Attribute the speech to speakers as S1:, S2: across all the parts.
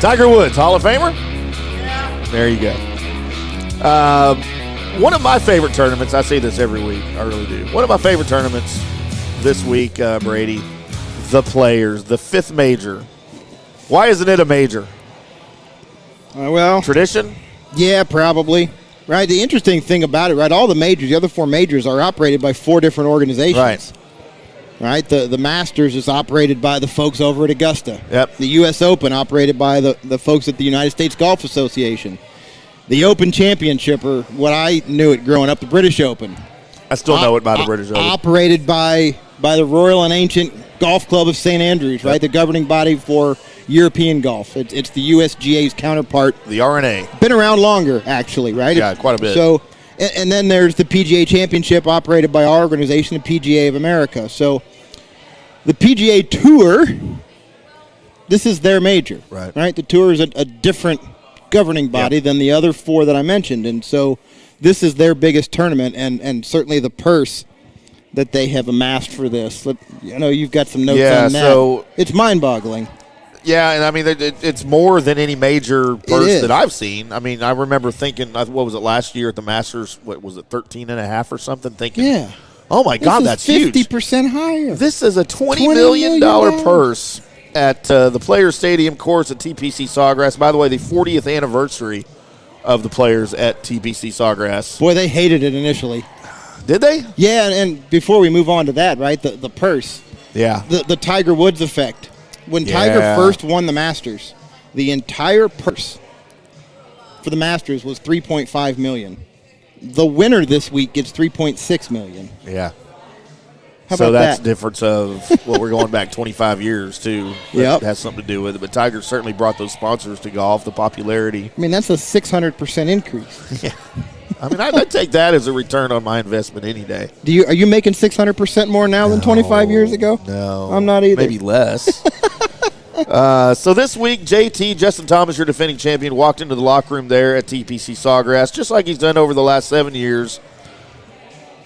S1: Tiger Woods, Hall of Famer? There you go. Uh, one of my favorite tournaments, I see this every week, I really do. One of my favorite tournaments this week, uh, Brady, the players, the fifth major. Why isn't it a major?
S2: Uh, well,
S1: Tradition?
S2: yeah, probably. Right. The interesting thing about it, right? All the majors, the other four majors, are operated by four different organizations.
S1: Right.
S2: Right. The the Masters is operated by the folks over at Augusta.
S1: Yep.
S2: The U.S. Open operated by the the folks at the United States Golf Association. The Open Championship, or what I knew it growing up, the British Open.
S1: I still know it by the
S2: Op-
S1: British Open.
S2: Operated by by the Royal and Ancient Golf Club of St Andrews, right? The governing body for European golf. It's, it's the USGA's counterpart.
S1: The RNA.
S2: Been around longer, actually, right?
S1: Yeah, quite a bit.
S2: So, and, and then there's the PGA Championship, operated by our organization, the PGA of America. So, the PGA Tour. This is their major,
S1: Right.
S2: Right. The tour is a, a different governing body
S1: Yeah.
S2: than the other four that I mentioned, and so this is their biggest tournament, and and certainly the purse that they have amassed for this. Let, I know you've got some notes
S1: Yeah,
S2: on that.
S1: so-
S2: it's mind-boggling.
S1: Yeah, and I mean, it, it- it's more than any major purse
S2: is.
S1: that I've seen. I mean, I remember thinking, I- what was it last year at the Masters? What was it, 13 and a half or something? Thinking,
S2: Yeah.
S1: oh my God,
S2: this
S1: that's
S2: is
S1: huge.
S2: fifty percent higher.
S1: This is a twenty
S2: $20
S1: million
S2: million
S1: dollar purse at uh, the Players Stadium course at TPC Sawgrass. By the way, the 40th anniversary of the Players at TPC Sawgrass.
S2: Boy, they hated it initially.
S1: Did they?
S2: Yeah, and, and before we move on to that, right? The the purse,
S1: Yeah.
S2: the the Tiger Woods effect. When Tiger
S1: Yeah.
S2: first won the Masters, the entire purse for the Masters was 3.5 million. The winner this week gets 3.6 million.
S1: Yeah.
S2: How
S1: so
S2: about
S1: that's
S2: that?
S1: the difference of well, we're going back 25 years too. That
S2: Yep.
S1: has something to do with it. But Tiger certainly brought those sponsors to golf, the popularity.
S2: I mean, that's a 600% increase.
S1: I mean, I'd, I'd take that as a return on my investment any day.
S2: Do you are you making 600% more now than 25 years ago?
S1: No,
S2: I'm not either.
S1: Maybe less. uh, so this week, JT Justin Thomas, your defending champion, walked into the locker room there at TPC Sawgrass, just like he's done over the last seven years.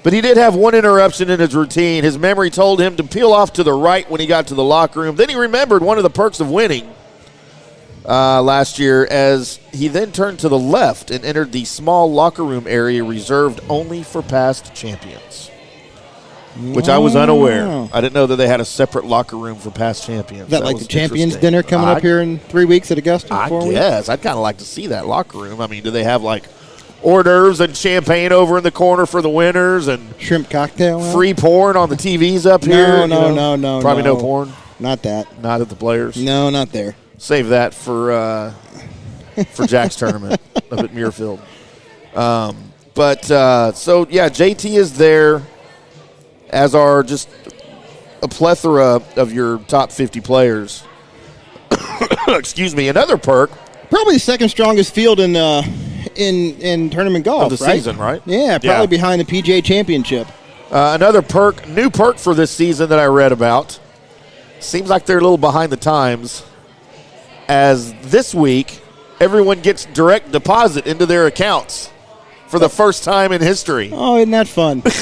S1: But he did have one interruption in his routine. His memory told him to peel off to the right when he got to the locker room. Then he remembered one of the perks of winning uh, last year as he then turned to the left and entered the small locker room area reserved only for past champions, which I was unaware.
S2: Wow.
S1: I didn't know that they had a separate locker room for past champions.
S2: Is that, like
S1: was
S2: the champions
S1: interesting.
S2: dinner coming
S1: I-
S2: up here in 3 weeks at Augusta?
S1: I
S2: four weeks?
S1: guess I'd kind of like to see that locker room. I mean, do they have like hors d'oeuvres and champagne over in the corner for the winners and
S2: Shrimp cocktail. hour?
S1: free porn on the TVs up here?
S2: No,
S1: you
S2: no,
S1: know?
S2: no, no.
S1: Probably no porn.
S2: Not that.
S1: Not at the players.
S2: No, not there.
S1: Save that for uh, for Jack's tournament up at Muirfield. Um, but uh, so yeah, JT is there, as are just a plethora of your top fifty players. Excuse me. Another perk
S2: Probably the second strongest field in uh, in in tournament golf
S1: Of the
S2: right?
S1: season, right?
S2: Yeah, probably
S1: Yeah.
S2: behind the PGA Championship.
S1: Uh, another perk, new perk for this season that I read about. Seems like they're a little behind the times. As this week, everyone gets direct deposit into their accounts for the first time in history.
S2: Oh, isn't that fun?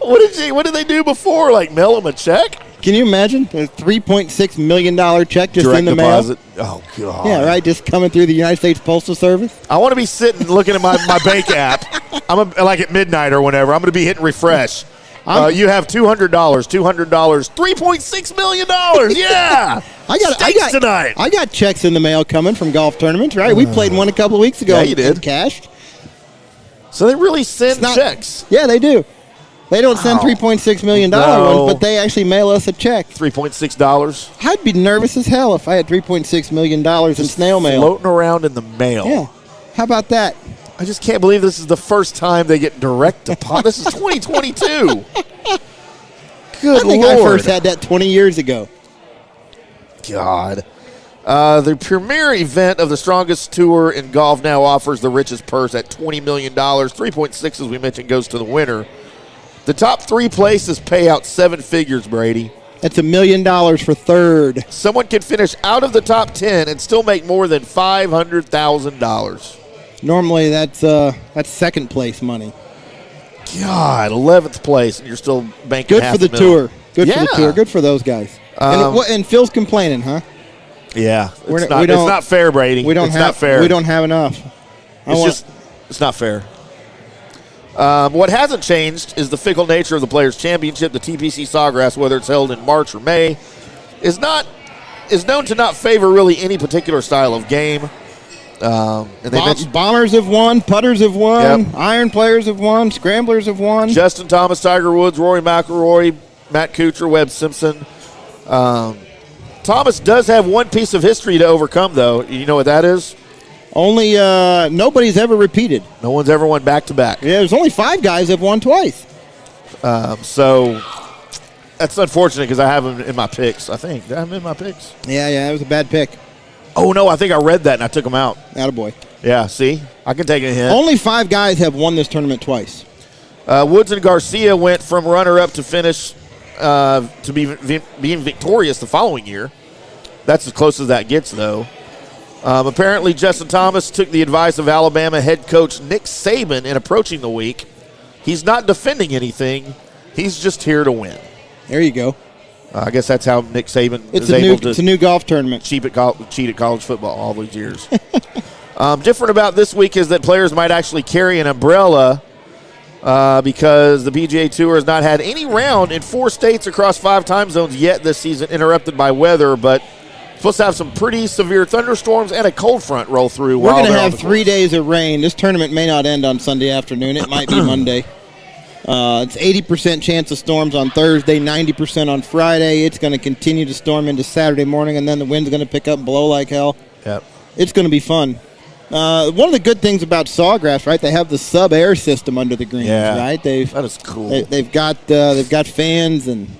S1: What did they, what did they do before? Like mail them a check?
S2: Can you imagine a three point six million dollar check just in the
S1: Oh god.
S2: mail? Yeah, right. Just coming through the United States Postal Service.
S1: I want to be sitting looking at my, my bank app. I'm a, like at midnight or whenever. I'm going to be hitting refresh. Uh,
S2: I'm-
S1: you have two hundred dollars, two hundred dollars, three point six million dollars. Yeah,
S2: I got
S1: Steaks
S2: I got
S1: tonight. Uh,
S2: I got checks in the mail coming from golf tournaments. Right, we played one a couple of weeks ago.
S1: Yeah, you did.
S2: and Cashed.
S1: So they really send
S2: It's not-
S1: checks.
S2: Yeah, they do. They don't send
S1: Wow.
S2: three point six million
S1: No.
S2: dollar ones, but they actually mail us a check.
S1: Three point six dollars
S2: I'd be nervous as hell if I had three point six million dollars in snail mail.
S1: floating around in the mail.
S2: Yeah. How about that?
S1: I just can't believe this is the first time they get direct deposit. this is 2022. Good
S2: I think
S1: lord,
S2: I first had that 20 years ago.
S1: God. Uh, the premier event of the strongest tour in golf now offers the richest purse at $20 million. 3.6, as we mentioned, goes to the winner. The top three places pay out seven figures, Brady.
S2: That's a million dollars for third.
S1: Someone can finish out of the top 10 and still make more than $500,000.
S2: Normally that's uh that's second place money.
S1: God, eleventh place, and you're still banking.
S2: Good
S1: half
S2: for the
S1: a million.
S2: tour. Good for
S1: Yeah.
S2: the tour. Good for those guys. And, it,
S1: Um,
S2: wa- and Phil's complaining, huh?
S1: Yeah,
S2: We're
S1: it's
S2: not-
S1: not,
S2: we
S1: it's
S2: don't-
S1: not fair, Brady.
S2: We don't
S1: it's
S2: have
S1: not fair.
S2: we don't have enough. I
S1: It's
S2: want-
S1: just it's not fair. Um, what hasn't changed is the fickle nature of the Players Championship. The TPC Sawgrass, whether it's held in March or May, is not is known to not favor really any particular style of game. Um, and they
S2: Bom-
S1: mentioned
S2: bombers have won, putters have won,
S1: Yep.
S2: iron players have won, scramblers have won.
S1: Justin Thomas, Tiger Woods, Rory McIlroy, Matt Kuchar, Webb Simpson. Um, Thomas does have one piece of history to overcome, though. You know what that is?
S2: Only uh, nobody's ever repeated.
S1: No one's ever won back to back.
S2: Yeah, there's only five guys that've won twice.
S1: So that's unfortunate because I have him in my picks. I think Did I have him in my picks.
S2: Yeah, yeah, that was a bad pick.
S1: Oh no, I think I read that and I took him out.
S2: Attaboy.
S1: Yeah, see, I can take a hint.
S2: Only five guys have won this tournament twice.
S1: Uh, Woods and Garcia went from runner-up to finish uh, to be vi- being victorious the following year. That's as close as that gets, though. Um, apparently, Justin Thomas took the advice of Alabama head coach Nick Saban in approaching the week. He's not defending anything; he's just here to win.
S2: There you go.
S1: Uh, I guess that's how Nick Saban
S2: It's
S1: is
S2: a new
S1: able to
S2: it's a new golf tournament.
S1: cheap at col- cheat at college football all these years. um, different about this week is that players might actually carry an umbrella uh, because the PGA Tour has not had any round in four states across five time zones yet this season, interrupted by weather, but supposed to have some pretty severe thunderstorms and a cold front roll through.
S2: We're
S1: while
S2: going to
S1: they're on
S2: have
S1: the
S2: three
S1: course.
S2: days of rain. This tournament may not end on Sunday afternoon. It might be Monday. Uh, it's 80% chance of storms on Thursday, 90% on Friday. It's going to continue to storm into Saturday morning, and then the wind's going to pick up and blow like hell.
S1: Yep.
S2: It's going to be fun. Uh, one of the good things about Sawgrass, right? They have the sub air system under the greens,
S1: Yeah.
S2: right? They've
S1: That is cool.
S2: They, they've got uh, they've got fans and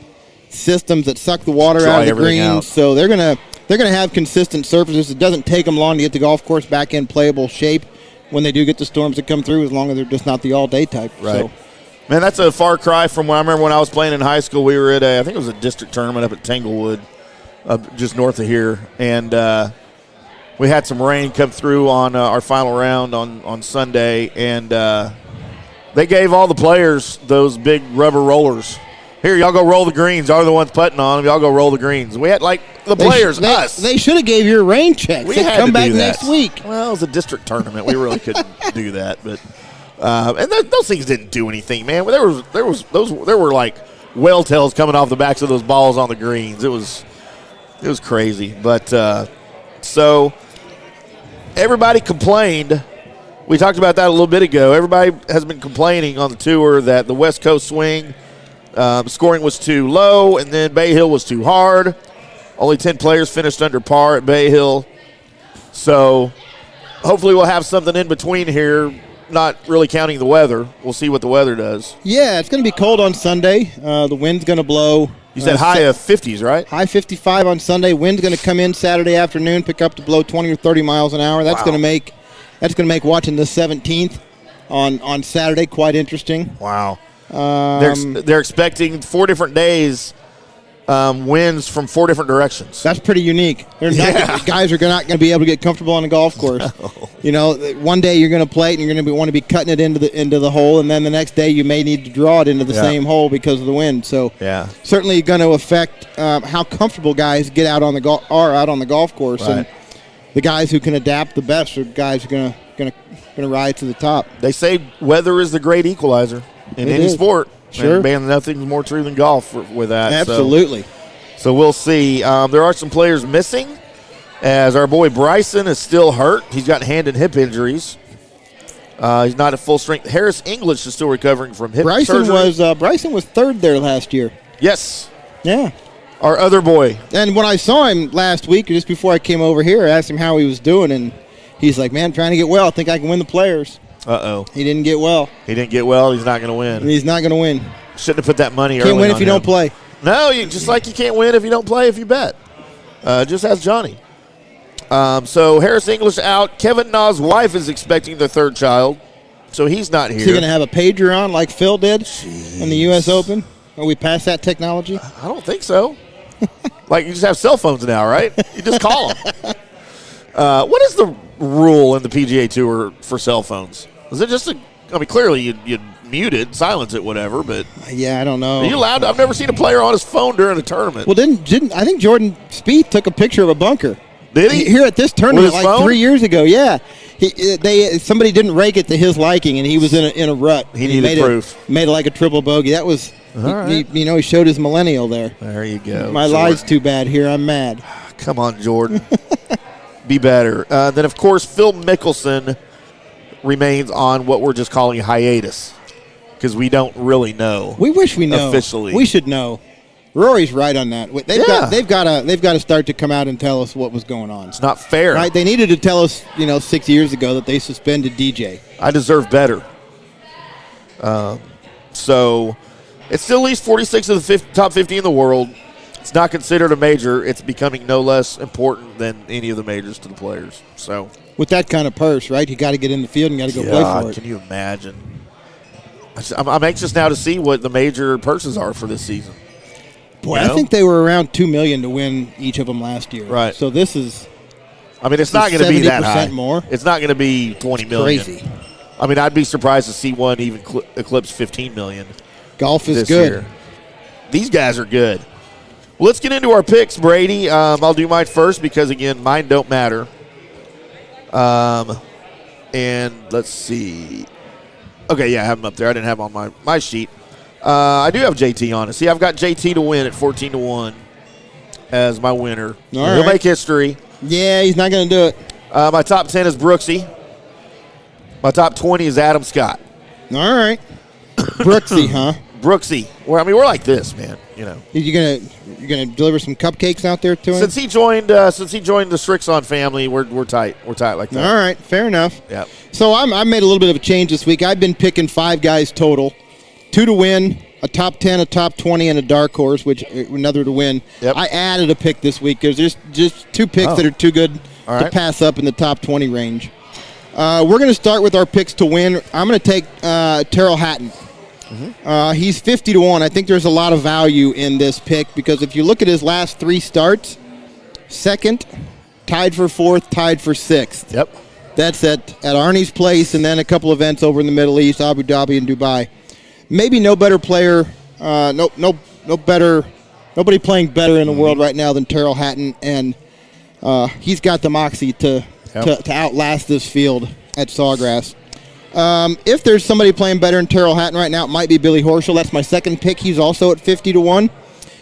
S2: systems that suck the water
S1: Dry
S2: out of the
S1: everything
S2: greens,
S1: out.
S2: so they're gonna they're gonna have consistent surfaces. It doesn't take them long to get the golf course back in playable shape when they do get the storms that come through, as long as they're just not the all day type.
S1: Right.
S2: So,
S1: Man, that's a far cry from when I remember when I was playing in high school. We were at a, I think it was a district tournament up at Tanglewood, up just north of here, and uh, we had some rain come through on uh, our final round on on Sunday, and uh, they gave all the players those big rubber rollers. Here, y'all go roll the greens. Y'all are the ones putting on them. Y'all go roll the greens. We had like the
S2: they sh-
S1: players,
S2: they,
S1: us.
S2: They should have gave you a rain check.
S1: we
S2: Said,
S1: had
S2: come
S1: to
S2: back
S1: do that.
S2: next week.
S1: Well, it was a district tournament. We really couldn't do that, but uh, and th- those things didn't do anything, man. There was there was those there were like whale tails coming off the backs of those balls on the greens. It was it was crazy, but uh, so everybody complained. We talked about that a little bit ago. Everybody has been complaining on the tour that the West Coast swing um, scoring was too low, and then Bay Hill was too hard. Only 10 players finished under par at Bay Hill. So hopefully we'll have something in between here, not really counting the weather. We'll see what the weather does.
S2: Yeah, it's gonna be cold on Sunday. Uh, the wind's gonna blow.
S1: You said
S2: uh,
S1: high
S2: Sa-
S1: of 50s, right?
S2: High 55 on Sunday. Wind's going to come in Saturday afternoon, pick up to blow 20 or 30 miles an hour. That's
S1: Wow.
S2: going to make that's going to make watching the 17th on on Saturday quite interesting.
S1: Wow. they're,
S2: Um,
S1: ex- they're expecting four different days um, winds from four different directions.
S2: That's pretty unique. They're not,
S1: Yeah.
S2: Guys are not going to be able to get comfortable on a golf course. You know, th- one day you're going to play it and you're going to want to be cutting it into the into the hole, and then the next day you may need to draw it into the
S1: Yeah.
S2: same hole because of the wind. So
S1: Yeah.
S2: certainly going to affect um, how comfortable guys get out on the gol are out on the golf course, and
S1: Right.
S2: the guys who can adapt the best are guys who are going to going to going to ride to the top.
S1: They say weather is the great equalizer in
S2: It
S1: any
S2: is.
S1: sport.
S2: Sure.
S1: And man, nothing's more true than golf for, with that. so-
S2: Absolutely.
S1: So we'll see. Um, there are some players missing, as our boy Bryson is still hurt. He's got hand and hip injuries. Uh, he's not at full strength. Harris English is still recovering from hip
S2: Bryson
S1: surgery.
S2: was uh, Bryson was third there last year.
S1: yes,
S2: Yeah.
S1: our other boy.
S2: And when I saw him last week, just before I came over here, I asked him how he was doing, and he's like, "Man, trying to get well. I think I can win the players."
S1: Uh oh,
S2: He didn't get well,
S1: he didn't get well. He's not going to
S2: and
S1: win.
S2: he's not going to win.
S1: Shouldn't have put that money.
S2: Can't
S1: early
S2: win if
S1: on
S2: you
S1: him.
S2: don't play.
S1: No, you, just like you can't win if you don't play if you bet. Uh, just ask Johnny. Um, so Harris English out. Kevin Na's wife is expecting their third child, so he's not here.
S2: Is he going to have a pager on like Phil did in the U.S. Open? Are we past that technology?
S1: I don't think so. like you just have cell phones now, right? You just call them. uh, what is the rule in the PGA Tour for cell phones? Is it just a? I mean, clearly you you mute it, silence it, whatever. But
S2: Yeah, I don't know.
S1: are you allowed? I've never seen a player on his phone during a tournament.
S2: well, didn't didn't I think Jordan Spieth took a picture of a bunker?
S1: Did he?
S2: here at this
S1: With
S2: tournament
S1: his
S2: like
S1: phone?
S2: three years ago. Yeah, he, uh, they somebody didn't rake it to his liking, and he was in a, in a rut.
S1: He needed
S2: made a-
S1: proof.
S2: made like a triple bogey. That was he-
S1: right.
S2: he, you know he showed his millennial there.
S1: There you go.
S2: My
S1: Jordan.
S2: lie's too bad here. I'm mad.
S1: Ah, Come on, Jordan. Be better. Uh, then, of course, Phil Mickelson remains on what we're just calling hiatus because we don't really know.
S2: We wish we know
S1: Officially.
S2: We should know. Rory's right on that. They've
S1: Yeah.
S2: got they've got to they've got to start to come out and tell us what was going on.
S1: it's not fair.
S2: Right? They needed to tell us, you know, six years ago that they suspended DJ.
S1: I deserve better. Um, so it's still at least 46 of the 50, top 50 in the world. It's not considered a major. It's becoming no less important than any of the majors to the players. So,
S2: With that kind of purse, right? You got to get in the field and got to go play
S1: God,
S2: for
S1: can
S2: it.
S1: you imagine? I just- I'm, I'm anxious now to see what the major purses are for this season.
S2: Boy,
S1: you know?
S2: I think they were around two million to win each of them last year.
S1: Right.
S2: So this is
S1: I mean, it's not going to be that high.
S2: 70% more.
S1: It's not going to be 20 million.
S2: crazy.
S1: I mean, I'd be surprised to see one even cl- eclipse 15 million.
S2: Golf is
S1: this
S2: good.
S1: year. These guys are good. Well, let's get into our picks, Brady. Um, I'll do mine first because again, mine don't matter. Um, and let's see. Okay, yeah, I have them up there. I didn't have them on my my sheet. Uh, I do have JT on it. See, I've got JT to win at fourteen to one as my winner.
S2: All
S1: He'll
S2: right.
S1: make history.
S2: Yeah, he's not going to do it.
S1: Uh, my top ten is Brooksy. My top twenty is Adam Scott.
S2: All right. Brooksy, huh?
S1: Brooksy. We're, I mean, we're like this, man. You know.
S2: You gonna you gonna deliver some cupcakes out there to him?
S1: Since he joined, uh, since he joined the Strixon family, we're, we're tight. We're tight like that.
S2: All right, fair enough.
S1: Yep.
S2: So I'm, I made a little bit of a change this week. I've been picking five guys total, two to win, a top ten, a top twenty, and a dark horse, which uh, another to win.
S1: Yep.
S2: I added a pick this week because there's just two picks
S1: Oh.
S2: that are too good
S1: All
S2: to
S1: right.
S2: pass up in the top twenty range. Uh, we're going to start with our picks to win. I'm going to take uh, Terrell Hatton.
S1: Mm-hmm.
S2: Uh, he's 50 to 1. I think there's a lot of value in this pick because if you look at his last three starts, second, tied for fourth, tied for sixth.
S1: Yep.
S2: That's at, at Arnie's place, and then a couple events over in the Middle East, Abu Dhabi and Dubai. Maybe no better player, uh, no no no better, nobody playing better in the world right now than Terrell Hatton, and uh, he's got the moxie to,
S1: Yep.
S2: to to outlast this field at Sawgrass. Um, if there's somebody playing better than Terrell Hatton right now, it might be Billy Horschel. That's my second pick. He's also at 50 to 1.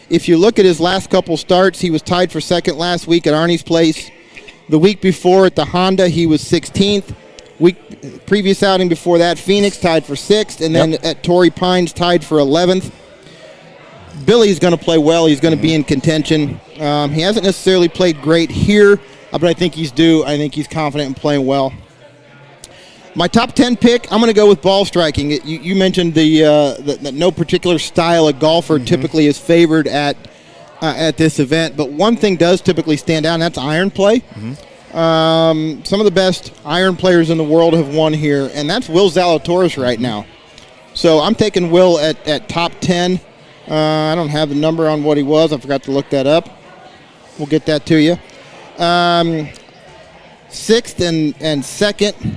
S2: If you look at his last couple starts, he was tied for second last week at Arnie's place. The week before at the Honda, he was 16th. Week previous outing before that, Phoenix tied for sixth, and then
S1: Yep.
S2: at Torrey Pines tied for 11th. Billy's going to play well. He's going to be in contention. Um, he hasn't necessarily played great here, uh, but I think he's due. I think he's confident in playing well. My top 10 pick, I'm going to go with ball striking. It- You, you mentioned the, uh, that that no particular style of golfer typically is favored at, uh, at this event, but one thing does typically stand out, and that's iron play. Um, some of the best iron players in the world have won here, and that's Will Zalatoris right now. So I'm taking Will at, at top 10. Uh, I don't have the number on what he was. I forgot to look that up. We'll get that to you. Um, sixth and, and second.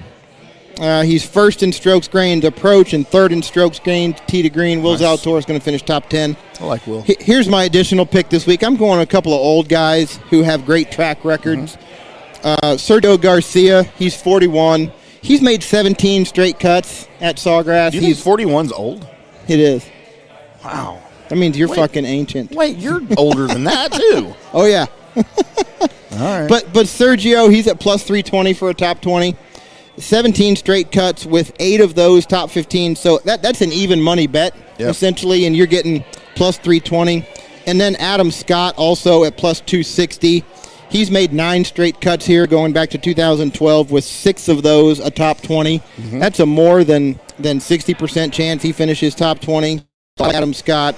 S2: Uh, he's first in strokes gained approach and third in strokes gained tee to green. Will
S1: Nice.
S2: Zalatoris going to finish top 10.
S1: I like Will.
S2: He- Here's my additional pick this week. I'm going a couple of old guys who have great track records.
S3: Mm-hmm.
S2: Uh, Sergio Garcia, he's 41. He's made 17 straight cuts at Sawgrass.
S3: Do you think
S2: He's
S3: 41's old?
S2: it is.
S3: Wow.
S2: That means you're
S3: Wait.
S2: fucking ancient.
S3: Wait, you're older than that too.
S2: Oh yeah.
S3: All right.
S2: But but Sergio, he's at plus 320 for a top 20. 17 straight cuts with eight of those top 15. So that that's an even money bet
S3: Yep.
S2: essentially, and you're getting plus 320. And then Adam Scott also at plus 260. He's made nine straight cuts here, going back to 2012, with six of those a top 20.
S3: Mm-hmm.
S2: That's a more than than 60% chance he finishes top 20. Adam Scott.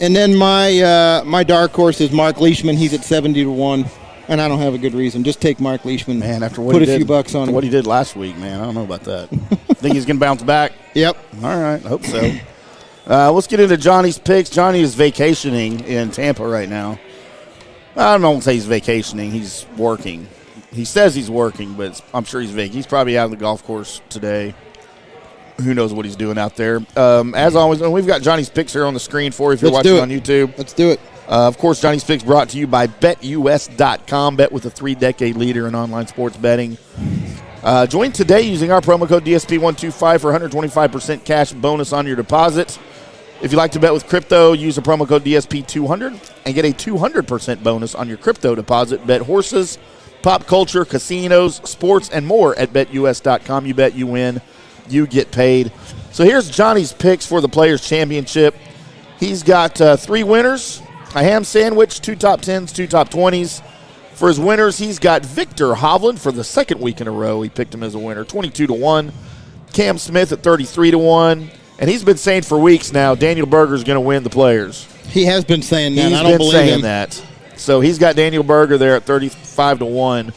S2: And then my uh, my dark horse is Mark Leishman. He's at seventy to one, and I don't have a good reason. Just take Mark Leishman.
S3: man, after what
S2: put
S3: he
S2: a
S3: did,
S2: few bucks on
S3: after
S2: him.
S3: what he did last week, man, I don't know about that. think he's gonna bounce back.
S2: yep.
S3: All right, hope so. Uh, let's get into Johnny's picks. Johnny is vacationing in Tampa right now. I don't want to say he's vacationing. He's working. He says he's working, but it's- I'm sure he's vac. He's probably out on the golf course today. Who knows what he's doing out there? Um, as always, and we've got Johnny's picks here on the screen for you if you're
S2: Let's
S1: watching
S2: do
S1: on
S2: it.
S1: YouTube.
S2: Let's do it.
S1: Uh, of course, Johnny's Picks brought to you by BetUS.com. Bet with a three decade leader in online sports betting. Uh, join today using our promo code DSP125 for 125% cash bonus on your deposit. If you like to bet with crypto, use the promo code DSP200 and get a 200% bonus on your crypto deposit. Bet horses, pop culture, casinos, sports, and more at betus.com. You bet you win, you get paid. So here's Johnny's picks for the Players' Championship. He's got uh, three winners a ham sandwich, two top 10s, two top 20s. For his winners, he's got Victor Hovland for the second week in a row. He picked him as a winner, 22 to 1. Cam Smith at 33 to 1. And he's been saying for weeks now Daniel Berger's going to win the players.
S2: He has been saying that.
S1: He's
S2: I don't
S1: been
S2: believe
S1: saying
S2: him.
S1: that. So he's got Daniel Berger there at 35 to 1.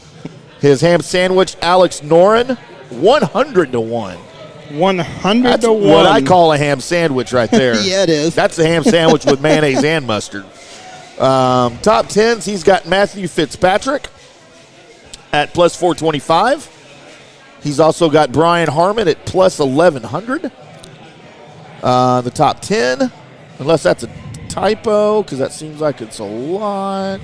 S1: His ham sandwich, Alex Norin, 100 to 1.
S2: One hundred
S1: That's
S2: to one.
S1: what I call a ham sandwich right there.
S2: Yeah, it is.
S1: That's a ham sandwich with mayonnaise and mustard. Um, top 10s, he's got Matthew Fitzpatrick at plus 425. He's also got Brian Harmon at plus 1100. Uh, the top 10, unless that's a typo, because that seems like it's a lot.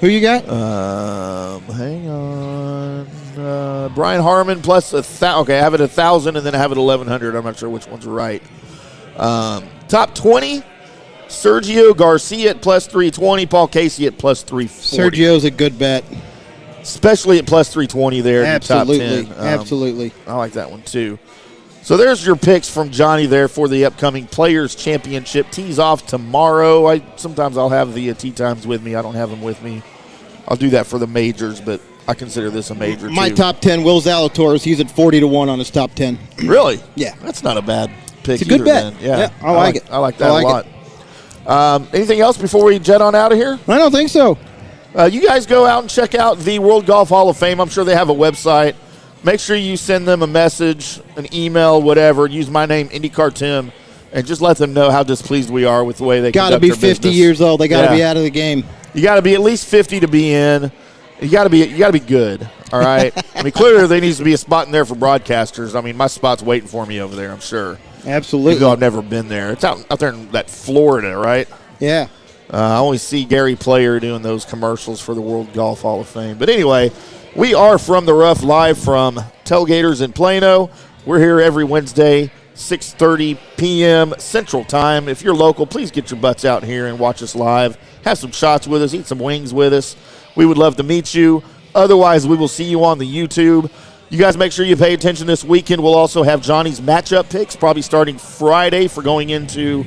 S2: Who you
S1: Uh,
S2: got?
S1: Um, hang on. Uh, Brian Harmon plus a thousand. Okay, I have it a thousand and then I have it eleven hundred. I'm not sure which one's right. Um, top twenty. Sergio Garcia at plus 320, Paul Casey at plus 340.
S2: Sergio's a good bet.
S1: Especially at plus 320 there. in the top
S2: Absolutely,
S1: 10. Um,
S2: absolutely.
S1: I like that one too. So there's your picks from Johnny there for the upcoming Players Championship. Tees off tomorrow. I sometimes I'll have the uh, tee times with me. I don't have them with me. I'll do that for the majors, but I consider this a major.
S2: My
S1: too.
S2: top ten. Will Zalatoris. He's at forty to one on his top ten.
S1: really?
S2: Yeah.
S1: that's not a bad pick.
S2: It's a good
S1: either,
S2: bet.
S1: then. Yeah,
S2: Yeah, I like it.
S1: I like
S2: I
S1: that
S2: like
S1: a lot. Um, anything else before we jet on out of here?
S2: I don't think so.
S1: Uh, you guys go out and check out the World Golf Hall of Fame. I'm sure they have a website. Make sure you send them a message, an email, whatever. Use my name, IndyCar Tim, and just let them know how displeased we are with the way they
S2: Got to
S1: conduct
S2: be
S1: their
S2: fifty
S1: business.
S2: years old. They got to
S1: Yeah.
S2: be out of the game.
S1: You got to be at least 50 to be in. You got to be you got to be good. All right. I mean, clearly there needs to be a spot in there for broadcasters. I mean, my spot's waiting for me over there. I'm sure. Even
S2: Absolutely.
S1: though I've never been there, it's out out there in that Florida, right?
S2: Yeah.
S1: Uh, I only see Gary Player doing those commercials for the World Golf Hall of Fame. But anyway, we are from the rough live from Tailgaters in Plano. We're here every Wednesday, 6:30 p.m. Central Time. If you're local, please get your butts out here and watch us live. Have some shots with us, eat some wings with us. We would love to meet you. Otherwise, we will see you on the YouTube. You guys make sure you pay attention this weekend. We'll also have Johnny's matchup picks probably starting Friday for going into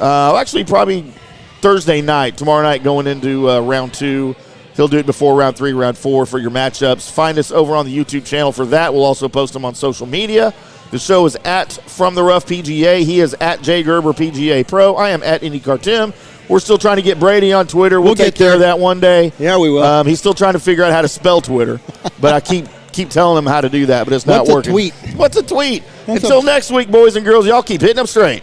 S1: uh, actually, probably Thursday night, tomorrow night, going into uh, round two. He'll do it before round three, round four for your matchups. Find us over on the YouTube channel for that. We'll also post them on social media. The show is at From the Rough PGA. He is at Jay Gerber PGA Pro. I am at IndyCar Tim. We're still trying to get Brady on Twitter. We'll,
S2: We'll
S1: take
S2: get
S1: care of
S2: there.
S1: that one day.
S2: Yeah, we will.
S1: Um, he's still trying to figure out how to spell Twitter, but I keep keep telling him how to do that, but it's not
S2: What's a
S1: working.
S2: tweet?
S1: What's a tweet?
S2: That's
S1: Until
S2: a-
S1: next week, boys and girls, y'all keep hitting them straight.